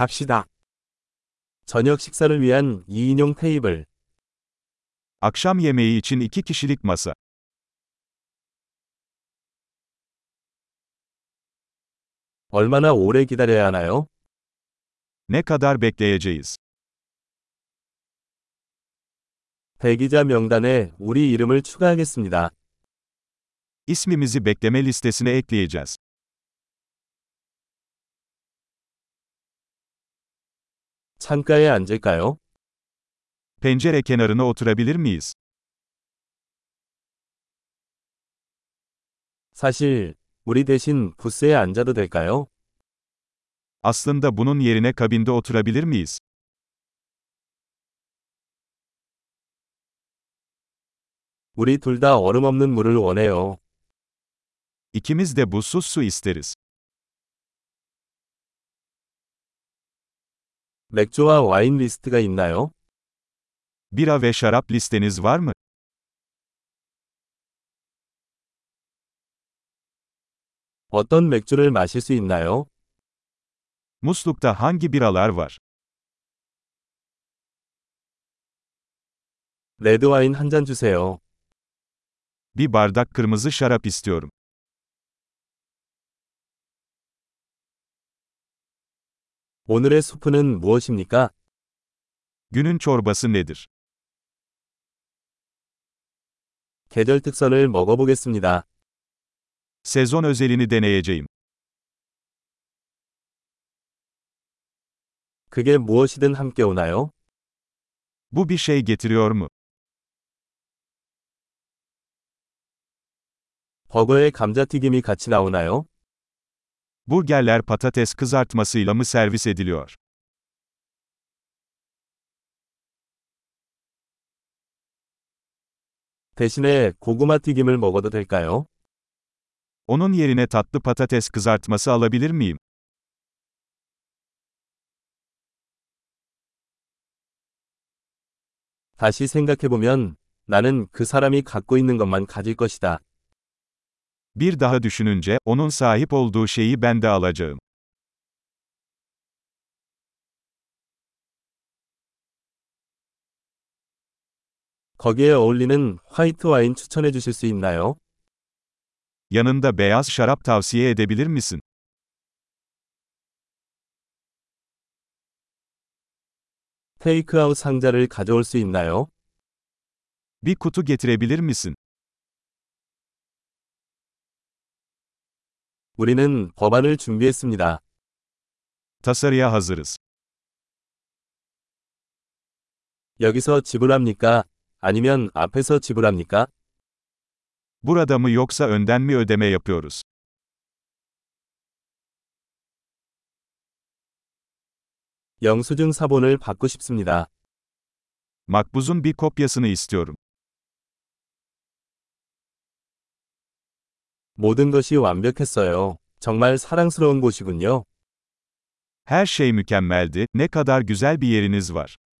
갑시다. 저녁 식사를 위한 2인용 테이블. Akşam yemeği için iki kişilik masa. 얼마나 오래 기다려야 하나요? Ne kadar bekleyeceğiz? 대기자 명단에 우리 이름을 추가하겠습니다. İsmimizi bekleme listesine ekleyeceğiz. 창가에 앉을까요? Pencere kenarına oturabilir miyiz? 사실, 우리 대신 부스에 앉아도 될까요? Aslında bunun yerine kabinde oturabilir miyiz? 우리 둘 다 얼음 없는 물을 원해요. İkimiz de buzsuz su isteriz. 맥주와 와인 리스트가 있나요? Bira ve şarap listeniz var mı? 어떤 맥주를 마실 수 있나요? Muslukta hangi biralar var? 레드 와인 한 잔 주세요. Bir bardak kırmızı şarap istiyorum. 오늘의 수프는 무엇입니까? Günün çorbası nedir? 계절 특선을 먹어보겠습니다. Sezon özelini deneyeceğim. 그게 무엇이든 함께 오나요? Bu bir şey getiriyor mu? 버거에 감자튀김이 같이 나오나요? Burgerler patates kızartmasıyla mı servis ediliyor? 대신에 고구마 튀김을 먹어도 될까요? Onun yerine tatlı patates kızartması alabilir miyim? 다시 생각해보면 나는 그 사람이 갖고 있는 것만 가질 것이다. Bir daha düşününce, onun sahip olduğu şeyi ben de alacağım. 거기에 어울리는 화이트 와인 추천해 주실 수 있나요? Yanında beyaz şarap tavsiye edebilir misin? 테이크아웃 상자를 가져올 수 있나요? Bir kutu getirebilir misin? 우리는 법안을 준비했습니다. Tasarıya hazırız. 여기서 지불합니까? 아니면 앞에서 지불합니까? Burada mı yoksa önden mi ödeme yapıyoruz? 영수증 사본을 받고 싶습니다. Makbuzun bir kopyasını istiyorum. 모든 것이 완벽했어요. 정말 사랑스러운 곳이군요. Her şey mükemmeldi, ne kadar güzel bir yeriniz var.